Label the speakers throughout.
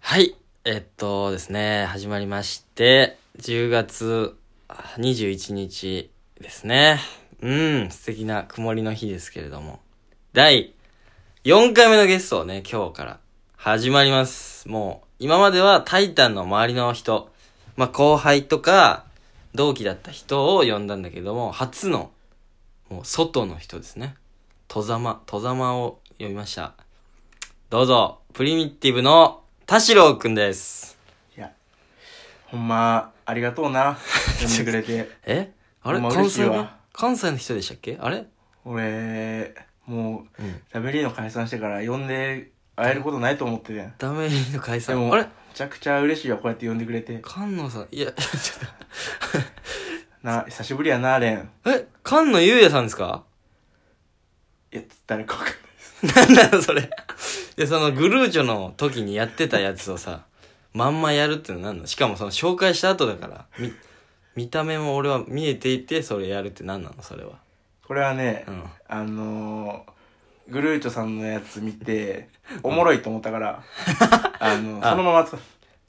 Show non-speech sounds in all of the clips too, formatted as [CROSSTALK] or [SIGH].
Speaker 1: はい。えっとですね、始まりまして、10月21日ですね。うん、素敵な曇りの日ですけれども。第4回目のゲストをね、今日から始まります。もう、今まではタイタンの周りの人、まあ、後輩とか、同期だった人を呼んだんだけども、初の、もう、外の人ですね。戸ざま、戸ざまを呼びました。どうぞ、プリミティブの田代くんです。
Speaker 2: いや、ほんま、ありがと
Speaker 1: [LAUGHS]
Speaker 2: うな。呼んでくれて。
Speaker 1: えあれ
Speaker 2: まあ
Speaker 1: 関
Speaker 2: 嬉しい
Speaker 1: 西
Speaker 2: わ
Speaker 1: の関西の人でしたっけあれ
Speaker 2: 俺、もう、
Speaker 1: うん。
Speaker 2: ダブリーの解散してから呼んで会えることないと思ってて。
Speaker 1: ダメリーの解
Speaker 2: で
Speaker 1: 散。
Speaker 2: も、
Speaker 1: あ
Speaker 2: め
Speaker 1: れ
Speaker 2: ちゃくちゃ嬉しいよ、こうやって呼んでくれて。
Speaker 1: 菅野さん、いや、 [LAUGHS] ちょっ
Speaker 2: な、久しぶりやな、レン。
Speaker 1: と、え菅野優也さんですか [LAUGHS]
Speaker 2: いや、誰かわかんないです。
Speaker 1: なんだよ、それ。いや、そのグルーチョの時にやってたやつをさ、まんまやるってのは何なのしかもその紹介した後だから、み、見た目も俺は見えていて、それやるって何なのそれは。
Speaker 2: これはね、
Speaker 1: うん。
Speaker 2: あのー、グルーチョさんのやつ見て、おもろいと思っ
Speaker 1: [LAUGHS]
Speaker 2: たから、あの、
Speaker 1: あ
Speaker 2: そのまま使っ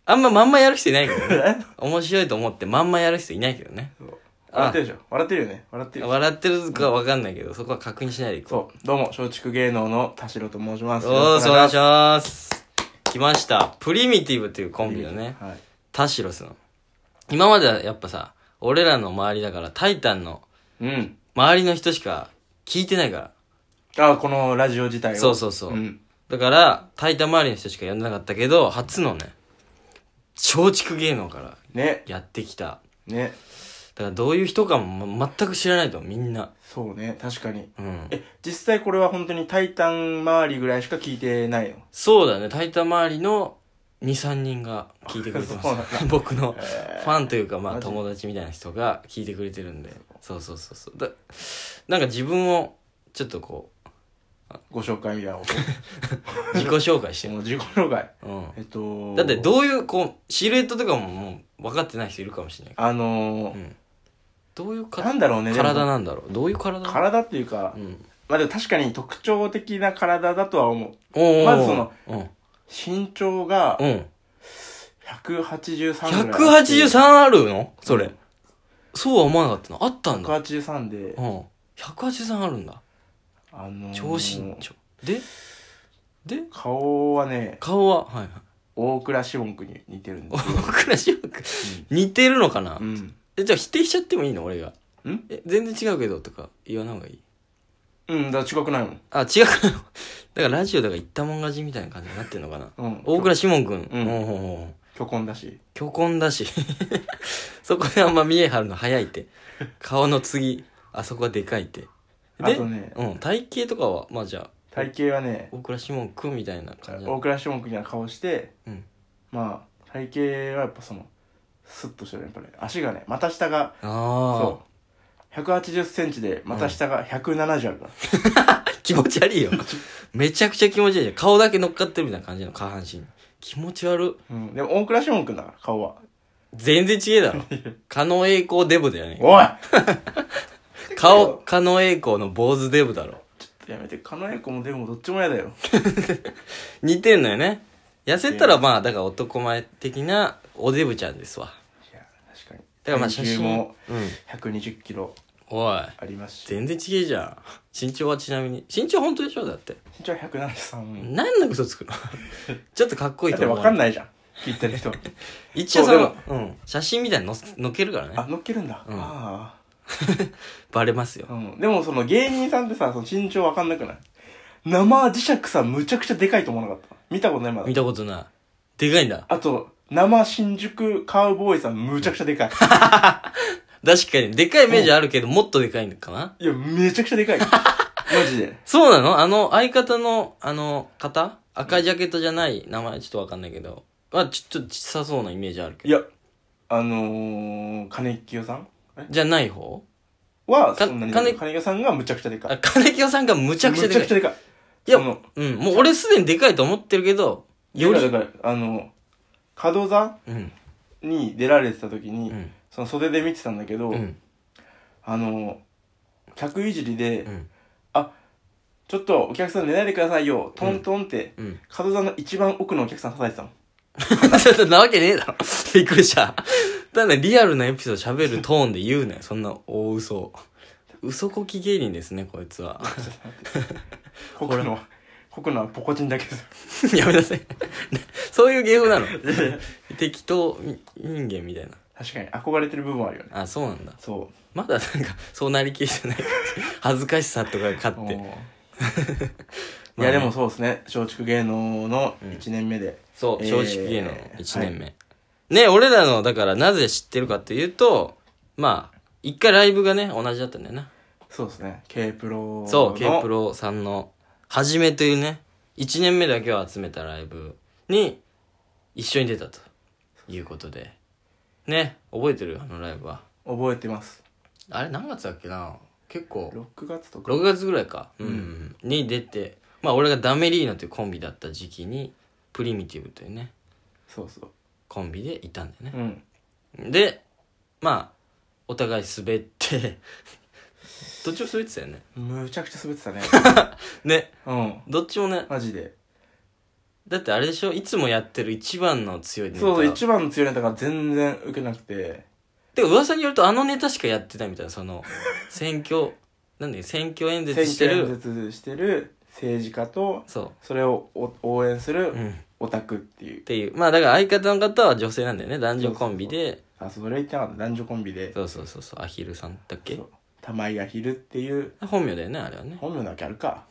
Speaker 1: あんままんまやる人いないけどね。
Speaker 2: え
Speaker 1: 面白いと思ってまんまやる人いないけど
Speaker 2: [LAUGHS]
Speaker 1: ね。
Speaker 2: そう
Speaker 1: あ
Speaker 2: 笑ってるでしょ笑ってるよね笑ってる。
Speaker 1: 笑ってるかわかんないけど、そこは確認しないでいこう。
Speaker 2: そう、どうも、松竹芸能の田代と申します。
Speaker 1: おー、そうお願い
Speaker 2: よろし
Speaker 1: し
Speaker 2: く
Speaker 1: ます。来ました。プリミティブというコ
Speaker 2: お願
Speaker 1: ン
Speaker 2: い
Speaker 1: ビ
Speaker 2: し
Speaker 1: の
Speaker 2: ます
Speaker 1: ね、
Speaker 2: はい。
Speaker 1: タシロスの。今まではやっぱさ、俺らの周りだから、タイタンの
Speaker 2: うん。
Speaker 1: 周りの人しか聞いてないか
Speaker 2: あ、このラジオ自体を。
Speaker 1: ら。そうそうそう。
Speaker 2: ん。
Speaker 1: だから、タイタン周りの人しか呼んでなかったけど、初のね、松竹芸能から
Speaker 2: ね、
Speaker 1: やってきた。
Speaker 2: ね。
Speaker 1: だからどういう人かもま全く知らないと、みんな。
Speaker 2: そうね、確かに。
Speaker 1: うん。
Speaker 2: え、実際これは本当にタイタン周りぐらいしか聞いてないの
Speaker 1: そうだね、タイタン周りの2、3人が聞いてくれてま
Speaker 2: [LAUGHS] そうなんだ
Speaker 1: す。僕の
Speaker 2: え
Speaker 1: ファンというか、まあ、
Speaker 2: マジ
Speaker 1: 友達みたいな人が聞いてくれてるんで。そうそうそうそう。だなんか自分を、ちょっとこ
Speaker 2: ーご紹介
Speaker 1: [LAUGHS]
Speaker 2: や、
Speaker 1: う、自己紹介して
Speaker 2: お
Speaker 1: る。
Speaker 2: もう自己紹介。
Speaker 1: う
Speaker 2: えっと、
Speaker 1: ん。だって、どういう、こう、シルエットとかももう分かってない人いるかもしれないか
Speaker 2: あの
Speaker 1: ら。う
Speaker 2: ー、
Speaker 1: ん。どういうか
Speaker 2: なんだろうね、でも
Speaker 1: 体なんだろう。どういう体
Speaker 2: 体っていうか
Speaker 1: う、ん。
Speaker 2: まあでも確かに特徴的な体だとは思う。
Speaker 1: おー
Speaker 2: まずその、
Speaker 1: うん。
Speaker 2: 身長が
Speaker 1: うん。
Speaker 2: 183ぐらい。
Speaker 1: 183あるのそれ。そうは思わなかったの。あったんだ。
Speaker 2: 183で
Speaker 1: う、ん。183あるんだ。
Speaker 2: あのー、
Speaker 1: 超身長。でで
Speaker 2: 顔はね、
Speaker 1: 顔は、はいはい。
Speaker 2: 大倉志門君に似てるんで
Speaker 1: [LAUGHS]
Speaker 2: すよ。
Speaker 1: 僕ら白く似てるのかな、
Speaker 2: うん。
Speaker 1: えじゃあ否定しちゃってもいいの俺が
Speaker 2: ん
Speaker 1: え全然違うけどとか言わない方がいい
Speaker 2: うん、だから違くないもん。
Speaker 1: あ違う [LAUGHS] かだからラジオだから言ったもん勝ちみたいな感じになってんのかな
Speaker 2: うん。
Speaker 1: 大倉志門君
Speaker 2: うん
Speaker 1: おうおうおう
Speaker 2: 巨根だし。
Speaker 1: 巨根だし [LAUGHS] そこであんま見え張るの早いって顔の次あそこはでかいってで
Speaker 2: あとね、
Speaker 1: うん、体型とかはまあじゃあ
Speaker 2: 体型はね、
Speaker 1: 大倉志門君みたいな感じなの
Speaker 2: 大倉志門君みたいな顔して、
Speaker 1: うん
Speaker 2: まあ、体型はやっぱその、スッとしてるね、やっぱり。足がね、股下が、
Speaker 1: あ
Speaker 2: そう。180センチで、股下が170あるから。
Speaker 1: あ気持ち悪いよめちゃくちゃ気持ち悪いじゃん顔だけ乗っかってるみたいな感じの下半身気持ち悪っ
Speaker 2: うん。でも、大倉志門君だから、顔は。
Speaker 1: 全然違えだ
Speaker 2: [LAUGHS]
Speaker 1: ろ。狩野英孝デブだよね。
Speaker 2: おい
Speaker 1: 顔、狩野英孝の坊主デブだろ。
Speaker 2: やめて、狩野英孝もでもどっちも嫌だよ。
Speaker 1: 似てんのよね。痩せたらまあ、だから男前的なおデブちゃんですわ。
Speaker 2: いや、確かに。
Speaker 1: だからまあ写
Speaker 2: 体重
Speaker 1: 真。
Speaker 2: も
Speaker 1: うん。
Speaker 2: 120キロ
Speaker 1: おい。
Speaker 2: ありますし、
Speaker 1: 全然違えじゃん。身長はちなみに。身長本当でしょだって。
Speaker 2: 身長173。
Speaker 1: なんで嘘つ
Speaker 2: [LAUGHS]
Speaker 1: くのちょっとかっこいい
Speaker 2: だ
Speaker 1: と
Speaker 2: って
Speaker 1: 思
Speaker 2: わ
Speaker 1: う。
Speaker 2: かん
Speaker 1: い。
Speaker 2: ないじゃん。聞いてる人。
Speaker 1: 一応そ
Speaker 2: そう
Speaker 1: の、うん。写真みたいにのせのっけるから
Speaker 2: あ、
Speaker 1: ね。
Speaker 2: 乗っけるんだ。
Speaker 1: うん
Speaker 2: ああ。
Speaker 1: バレますよ。
Speaker 2: うん。でもその芸人さんってさ、その身長わかんなくない生磁石さ、むちゃくちゃでかいと思わなかった。見たことないまだ
Speaker 1: 見。たことない。でかいんだ。
Speaker 2: あと、生新宿カウボーイさん、むちゃくちゃでかい。
Speaker 1: 確かに。でかいイメージあるけど、もっとでかいのかない
Speaker 2: や、めちゃくちゃ
Speaker 1: [LAUGHS]
Speaker 2: でかい。マジで。
Speaker 1: そうなのあの、相方の、あの、方赤いジャケットじゃない、名前ちょっとわかんないけど。まあ、ちょっと小さそうなイメージあるけ
Speaker 2: い
Speaker 1: ど。
Speaker 2: や、あのー、金清さん
Speaker 1: じゃない方
Speaker 2: は、
Speaker 1: か
Speaker 2: そんなに、
Speaker 1: 金
Speaker 2: 金清さんがむちゃくちゃでかい。
Speaker 1: あ、金清さんがむちゃくちゃで
Speaker 2: むちゃくち
Speaker 1: か
Speaker 2: ゃ
Speaker 1: い。
Speaker 2: でかい。
Speaker 1: いや
Speaker 2: その、
Speaker 1: うん。もう俺すでにでかいと思ってるけど、よ
Speaker 2: よ
Speaker 1: り
Speaker 2: り、だから、あの、角座
Speaker 1: うん。
Speaker 2: に出られてた時に、
Speaker 1: うん。
Speaker 2: その袖で見てたんだけど、
Speaker 1: うん。
Speaker 2: あの、客いじりで、
Speaker 1: うん。
Speaker 2: ちょっとお客さん寝ないでくださいよ、トントンって、
Speaker 1: うん。 [LAUGHS]
Speaker 2: 角座の一番奥のお客さん叩いてたの。
Speaker 1: ちょっとなわけねえだろ。びっくりした。ただリアルなエピソード喋るトーンで言うね。そんな大嘘を。嘘こき芸人ですね、こいつは。
Speaker 2: こくのは、こくのはポコチンだけで
Speaker 1: [LAUGHS]
Speaker 2: す。
Speaker 1: やめなさい。そういう芸風なの。 [LAUGHS] 適当人間みたいな。
Speaker 2: 確かに憧れてる部分はあるよね。
Speaker 1: あ、そうなんだ。
Speaker 2: そ
Speaker 1: まだなんか、そうなりきりじゃない。恥ずかしさとか勝
Speaker 2: う。
Speaker 1: っ [LAUGHS]
Speaker 2: お
Speaker 1: て。
Speaker 2: ー
Speaker 1: ま
Speaker 2: い
Speaker 1: あね
Speaker 2: やでもそうですね。松竹芸能の1年目で。
Speaker 1: そう、
Speaker 2: えー
Speaker 1: 正直芸能の1年目。ね、俺らの、だからなぜ知ってるかっていうと、まあ、一回ライブがね、同じだったんだよな。
Speaker 2: そうですね。K プロの。
Speaker 1: そう、K プ。ロさんの、はじめというね、1年目だけを集めたライブに、一緒に出たということで。ね、覚えてるあのライブは。
Speaker 2: 覚えてます。
Speaker 1: あれ何月だっけな結構、
Speaker 2: 6月とか。
Speaker 1: 6月ぐらいか、うんん、に出て、まあ俺がダメリーノというコンビだった時期に、プリミティブというね、
Speaker 2: そうそう。
Speaker 1: コンビでいたんだよね。
Speaker 2: うん。
Speaker 1: でまあお互い滑って [LAUGHS] どっちも滑ってたよね
Speaker 2: むちゃくちゃ滑って
Speaker 1: [LAUGHS]
Speaker 2: たね。
Speaker 1: ね
Speaker 2: うん。
Speaker 1: どっちもね
Speaker 2: マジで。
Speaker 1: だってあれでしょいつもやってる一番の強いネタ
Speaker 2: そうそう、一番の強いネタが全然受けなくて。
Speaker 1: で噂によるとあのネタしかやってないみたいなその選挙 [LAUGHS] なんだっけ選挙演説して
Speaker 2: 選挙
Speaker 1: る
Speaker 2: 演説してる政治家と、
Speaker 1: そ
Speaker 2: それをお応援す
Speaker 1: う、う
Speaker 2: る
Speaker 1: ん、っ
Speaker 2: オタクっていう。
Speaker 1: ていうまあだから相方の方は女性なんだよね男女コンビで
Speaker 2: あ、それ言ってなかった。男女コンビで。
Speaker 1: そうそうそうそうアヒルさんだっけ
Speaker 2: そう玉井アヒルっていう、
Speaker 1: 本名だよねあれはね
Speaker 2: 本名だけあるか。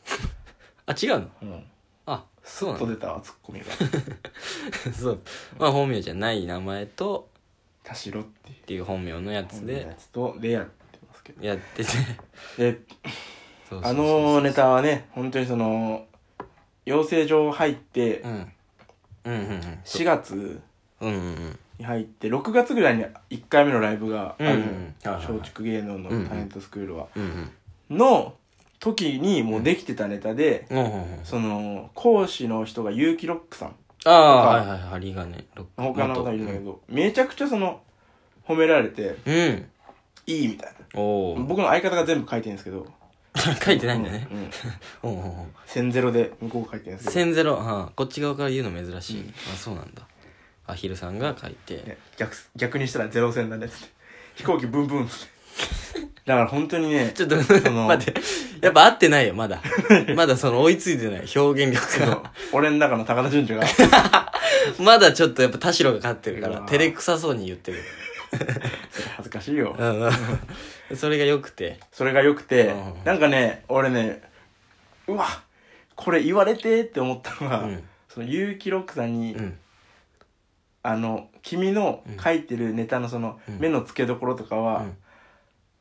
Speaker 1: あ違うの
Speaker 2: うん。
Speaker 1: あそうな
Speaker 2: と
Speaker 1: の
Speaker 2: 出たわ、ツッコ
Speaker 1: [LAUGHS]
Speaker 2: ミが。
Speaker 1: そうまあ本名じゃない名前と
Speaker 2: 田代っていう
Speaker 1: っ。ていう本名のやつで
Speaker 2: やつと、レアって言ってますけど。
Speaker 1: やって
Speaker 2: [LAUGHS]
Speaker 1: て
Speaker 2: で、
Speaker 1: そうそうそう
Speaker 2: あのネタはね、本当にその、養成所入って
Speaker 1: う、んうんうんうんそ
Speaker 2: 4月
Speaker 1: ううんうん
Speaker 2: に入って、6月ぐらいに1回目のライブがあるの
Speaker 1: う
Speaker 2: よ
Speaker 1: んうんはいはいはい
Speaker 2: 松竹芸能のタレントスクールは。
Speaker 1: うんうん
Speaker 2: の時にもうできてたネタで、
Speaker 1: うんうんうん
Speaker 2: その、講師の人が結城ロックさん、
Speaker 1: ああはいはいはい針金ロック
Speaker 2: 他の方いるんだけ
Speaker 1: 元
Speaker 2: ど、めちゃくちゃその、褒められて、
Speaker 1: うん
Speaker 2: いいみたいな。
Speaker 1: おお
Speaker 2: 僕の相方が全部書いてるんですけど。
Speaker 1: 書いてないんだね
Speaker 2: うん。うん
Speaker 1: うんうんうん
Speaker 2: 線ゼロで向こうが書いてるんですけど。
Speaker 1: 線ゼロはあこっち側から言うの珍しいあそうなんだアヒルさんが書いて
Speaker 2: ね逆す、逆にしたらゼロ線だねっつって。飛行機ブンブンっつって。だから本当にね、
Speaker 1: ちょっと [LAUGHS]
Speaker 2: の
Speaker 1: 待ってやっぱ合ってないよま
Speaker 2: [LAUGHS]
Speaker 1: だまだその追いついてない表現力が
Speaker 2: 俺の中の高田純次が、
Speaker 1: [LAUGHS] まだちょっとやっぱ田代が勝ってるか
Speaker 2: う
Speaker 1: ら
Speaker 2: わー
Speaker 1: 照れくさそうに言
Speaker 2: [LAUGHS]
Speaker 1: ってる
Speaker 2: 恥ずかしいよ。
Speaker 1: うんうんそれが良くて
Speaker 2: それが良くて
Speaker 1: う、ん
Speaker 2: なんかね、俺ね、うわ、これ言われてって思ったのが、
Speaker 1: うん
Speaker 2: その結城ロックさんに、
Speaker 1: うん
Speaker 2: あの、君の書いてるネタのその、
Speaker 1: うん
Speaker 2: 目の付けどころとか
Speaker 1: う
Speaker 2: は、
Speaker 1: ん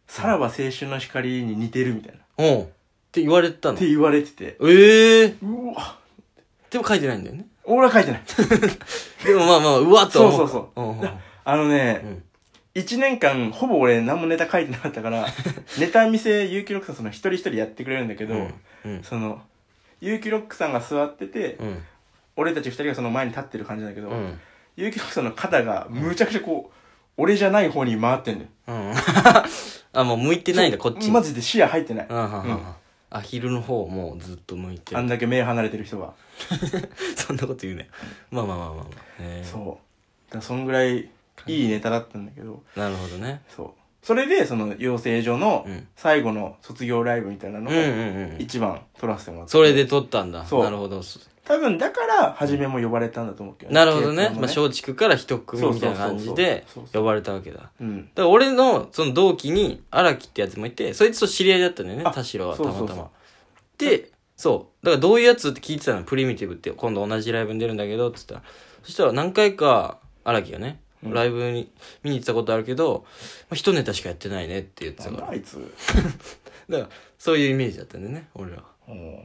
Speaker 2: さらば青春の光に似てるみたいな。っ
Speaker 1: おうって言われたの
Speaker 2: て言われてて、
Speaker 1: ええ
Speaker 2: うわ、
Speaker 1: でも書いてないんだよね。
Speaker 2: 俺は書いてない。
Speaker 1: でもまあまあ、うわっと思
Speaker 2: そう
Speaker 1: う。
Speaker 2: そう
Speaker 1: そう。うんうん
Speaker 2: あの
Speaker 1: う
Speaker 2: ね、
Speaker 1: ん。
Speaker 2: 一年間、ほぼ俺何もネタ書いてなかった
Speaker 1: [LAUGHS]
Speaker 2: から、ネタ見せ、ゆうきろっくさんその一人一人やってくれるんだけど、
Speaker 1: うん。
Speaker 2: その、ゆうきろっくさんが座ってて、
Speaker 1: うん。
Speaker 2: 俺たち二人がその前に立ってる感じなんだけど、
Speaker 1: うん。
Speaker 2: ゆうきろっくさんの肩がむちゃくちゃこう、俺じゃない方に回ってんだよ。
Speaker 1: うん。 [LAUGHS] あ、もう向いてないんだ、こっちに。
Speaker 2: マジで視野入ってない。
Speaker 1: うんうんう
Speaker 2: うん
Speaker 1: ん。アヒルの方もうずっと向いて
Speaker 2: あん
Speaker 1: る。
Speaker 2: だけ目離れてる人は。
Speaker 1: そんなこと言うね。まあまあまあまあまあ。へえ
Speaker 2: そう。だからそんぐらいいいネタだったんだけど、
Speaker 1: なるほどね。
Speaker 2: そう。それで、その養成所の
Speaker 1: うん
Speaker 2: 最後の卒業ライブみたいな
Speaker 1: う
Speaker 2: の
Speaker 1: ん
Speaker 2: を
Speaker 1: うんうん。
Speaker 2: 一番撮らせてもらって。
Speaker 1: それで撮ったんだ。
Speaker 2: そう
Speaker 1: なるほど。
Speaker 2: 多分だから、初めも呼ばれたんだと思うけど、
Speaker 1: なるほどね
Speaker 2: 稽。古
Speaker 1: まあ、
Speaker 2: も
Speaker 1: 松竹から一組みたいな感じで
Speaker 2: そうそうそうそう
Speaker 1: 呼ばれたわけだ。
Speaker 2: うん。
Speaker 1: だから俺のその同期に荒木ってやつもいてそいつと知り合いだったんだよね
Speaker 2: あ
Speaker 1: 田代はた
Speaker 2: そう
Speaker 1: ま
Speaker 2: そうそ
Speaker 1: た
Speaker 2: う
Speaker 1: までそうだからどういうやつって聞いてたのプリミティブって今度同じライブに出るんだけどっつったらそしたら何回か荒木がね
Speaker 2: うん
Speaker 1: ライブに見に行ってたことあるけど、まあ、一ネタしかやってないねって言って
Speaker 2: な
Speaker 1: た
Speaker 2: ん
Speaker 1: から
Speaker 2: だあいつ。
Speaker 1: だからそういうイメージだったんだよね俺らは
Speaker 2: うん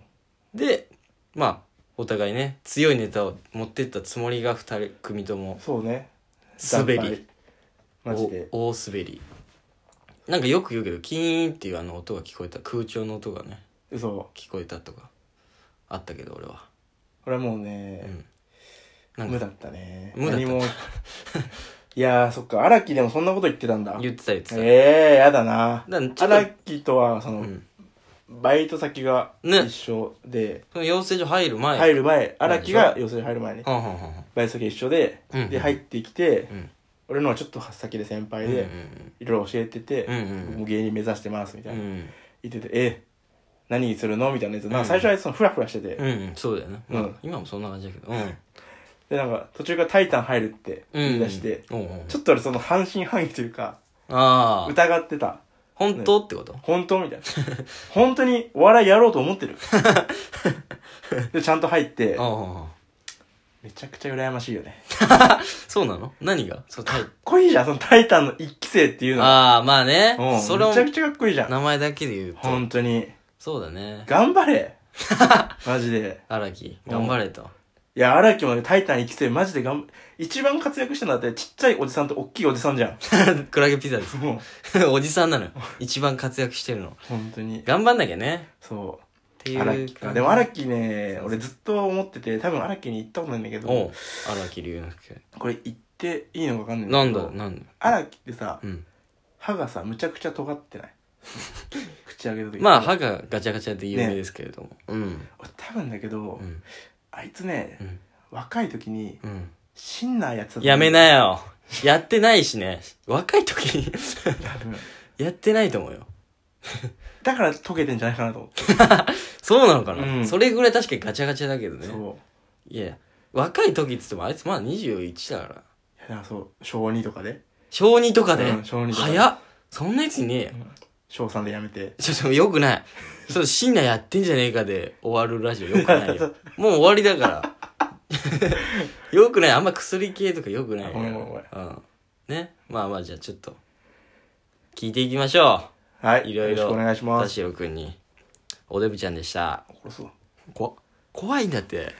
Speaker 1: でまあお互いね強いネタを持ってったつもりが二人組とも
Speaker 2: そうね。
Speaker 1: 滑
Speaker 2: 惨
Speaker 1: り
Speaker 2: 敗。マジで。
Speaker 1: お大滑りなんかよく言うけどキーンっていうあの音が聞こえた空調の音がね
Speaker 2: 嘘。
Speaker 1: 聞こえたとかあったけど俺は
Speaker 2: これはもう
Speaker 1: う
Speaker 2: ね、
Speaker 1: んなん
Speaker 2: 無
Speaker 1: か
Speaker 2: だったね。
Speaker 1: 無だった
Speaker 2: 何も。 [LAUGHS] いやー、そっか。荒木でもそんなこと言ってたんだ。
Speaker 1: 言ってた言ってた、
Speaker 2: ええー、やだな。
Speaker 1: だからちょっと
Speaker 2: 荒木とは、その、
Speaker 1: うん
Speaker 2: バイト先が
Speaker 1: ね
Speaker 2: 一緒で、
Speaker 1: その養成所入る前。
Speaker 2: 入
Speaker 1: る。
Speaker 2: る前荒木が要するに入る前に
Speaker 1: はんはんはんはん。
Speaker 2: バイト先一緒で、
Speaker 1: うん
Speaker 2: で入ってきて、
Speaker 1: うん
Speaker 2: 俺のはちょっと先で先輩
Speaker 1: うん
Speaker 2: で、いろいろ教えてて、
Speaker 1: うんうんうん
Speaker 2: 僕も芸人目指してますみた
Speaker 1: う
Speaker 2: い
Speaker 1: ん
Speaker 2: な、
Speaker 1: うん。
Speaker 2: 言っててえ何するのみたいなやつ、なんか最初はそのフラフラしてて、
Speaker 1: うんうん、そうだよね。まあ
Speaker 2: うん
Speaker 1: 今もそんな感じだけど。うん。
Speaker 2: でなんか途中から「タイタン入る」って言い出して、
Speaker 1: うんうん、
Speaker 2: ちょっと俺その半信半疑というか
Speaker 1: ああ
Speaker 2: 疑ってた
Speaker 1: 本当ってこと
Speaker 2: 本当みたいな [LAUGHS] 本当にお笑いやろうと
Speaker 1: [LAUGHS]
Speaker 2: 思ってるでちゃんと入って
Speaker 1: ああ
Speaker 2: めちゃくちゃ羨ましいよね
Speaker 1: そうなの何がそうタイ
Speaker 2: こいいじゃんその「タイタン」の一期生っていうのは
Speaker 1: [LAUGHS] ああまあね、
Speaker 2: うん
Speaker 1: それを
Speaker 2: めちゃくちゃかっこいいじゃん
Speaker 1: 名前だけで言うと
Speaker 2: 本当に
Speaker 1: そうだね
Speaker 2: 頑張れ
Speaker 1: [LAUGHS]
Speaker 2: マジで
Speaker 1: 荒木頑張れと [LAUGHS]
Speaker 2: いや、荒木もね、タイタン育成マジでがん、一番活躍したのだって、ちっちゃいおじさんと大きいおじさんじゃ
Speaker 1: [LAUGHS] クラゲピザです [LAUGHS]
Speaker 2: ん。もう、
Speaker 1: おじさんなの
Speaker 2: [LAUGHS]
Speaker 1: よ一番活躍してるの
Speaker 2: 本当に。
Speaker 1: 頑張んなきゃね
Speaker 2: そ。
Speaker 1: っていう
Speaker 2: 荒木か。でも荒木ね、俺ずっと思ってて、多分荒木に行ったことないんだけ
Speaker 1: おう
Speaker 2: ど、
Speaker 1: 荒木龍之介
Speaker 2: これ行っていいのかわかんない
Speaker 1: なん
Speaker 2: けど
Speaker 1: だなんだ
Speaker 2: 荒木ってさ
Speaker 1: う、ん
Speaker 2: 歯がさ、むちゃくちゃ尖ってない
Speaker 1: [LAUGHS]
Speaker 2: 口開けた時
Speaker 1: まあ歯がガチャガチャで有名ですけれども、うん
Speaker 2: 俺多分だけど
Speaker 1: う、ん
Speaker 2: あいつね
Speaker 1: う、ん
Speaker 2: 若い時に、
Speaker 1: うん
Speaker 2: シンナーやってた。
Speaker 1: やめないよやってないしね若い時に [LAUGHS]
Speaker 2: 多分
Speaker 1: やってないと思うよ
Speaker 2: だから溶けてんじゃないかなと思って。
Speaker 1: そうなのかな、
Speaker 2: うん
Speaker 1: それぐらい確かにガチャガチャだけどね。
Speaker 2: そう。
Speaker 1: いや、若い時っつってもあいつまだ21だから。
Speaker 2: いや、だからそう、小2とかで、
Speaker 1: 小2とかで。
Speaker 2: うん小二とかで
Speaker 1: 早っそんなやついねえよ。
Speaker 2: 小3でやめて、
Speaker 1: ちょっとよくない。その深夜やってんじゃねえかで終わるラジオよくない
Speaker 2: [LAUGHS]
Speaker 1: よ。もう終わりだ [LAUGHS] から。よくない。あんま薬系とかよくないよ。
Speaker 2: ごめんごめんごめん
Speaker 1: うん。ね。まあまあじゃあちょっと、聞いていきましょ
Speaker 2: は
Speaker 1: う。
Speaker 2: い。
Speaker 1: いろいろ。
Speaker 2: よろしくお願いしま
Speaker 1: 田
Speaker 2: す。
Speaker 1: 代くんに。おデブちゃんでした。
Speaker 2: 殺すわ
Speaker 1: こ、怖いんだって。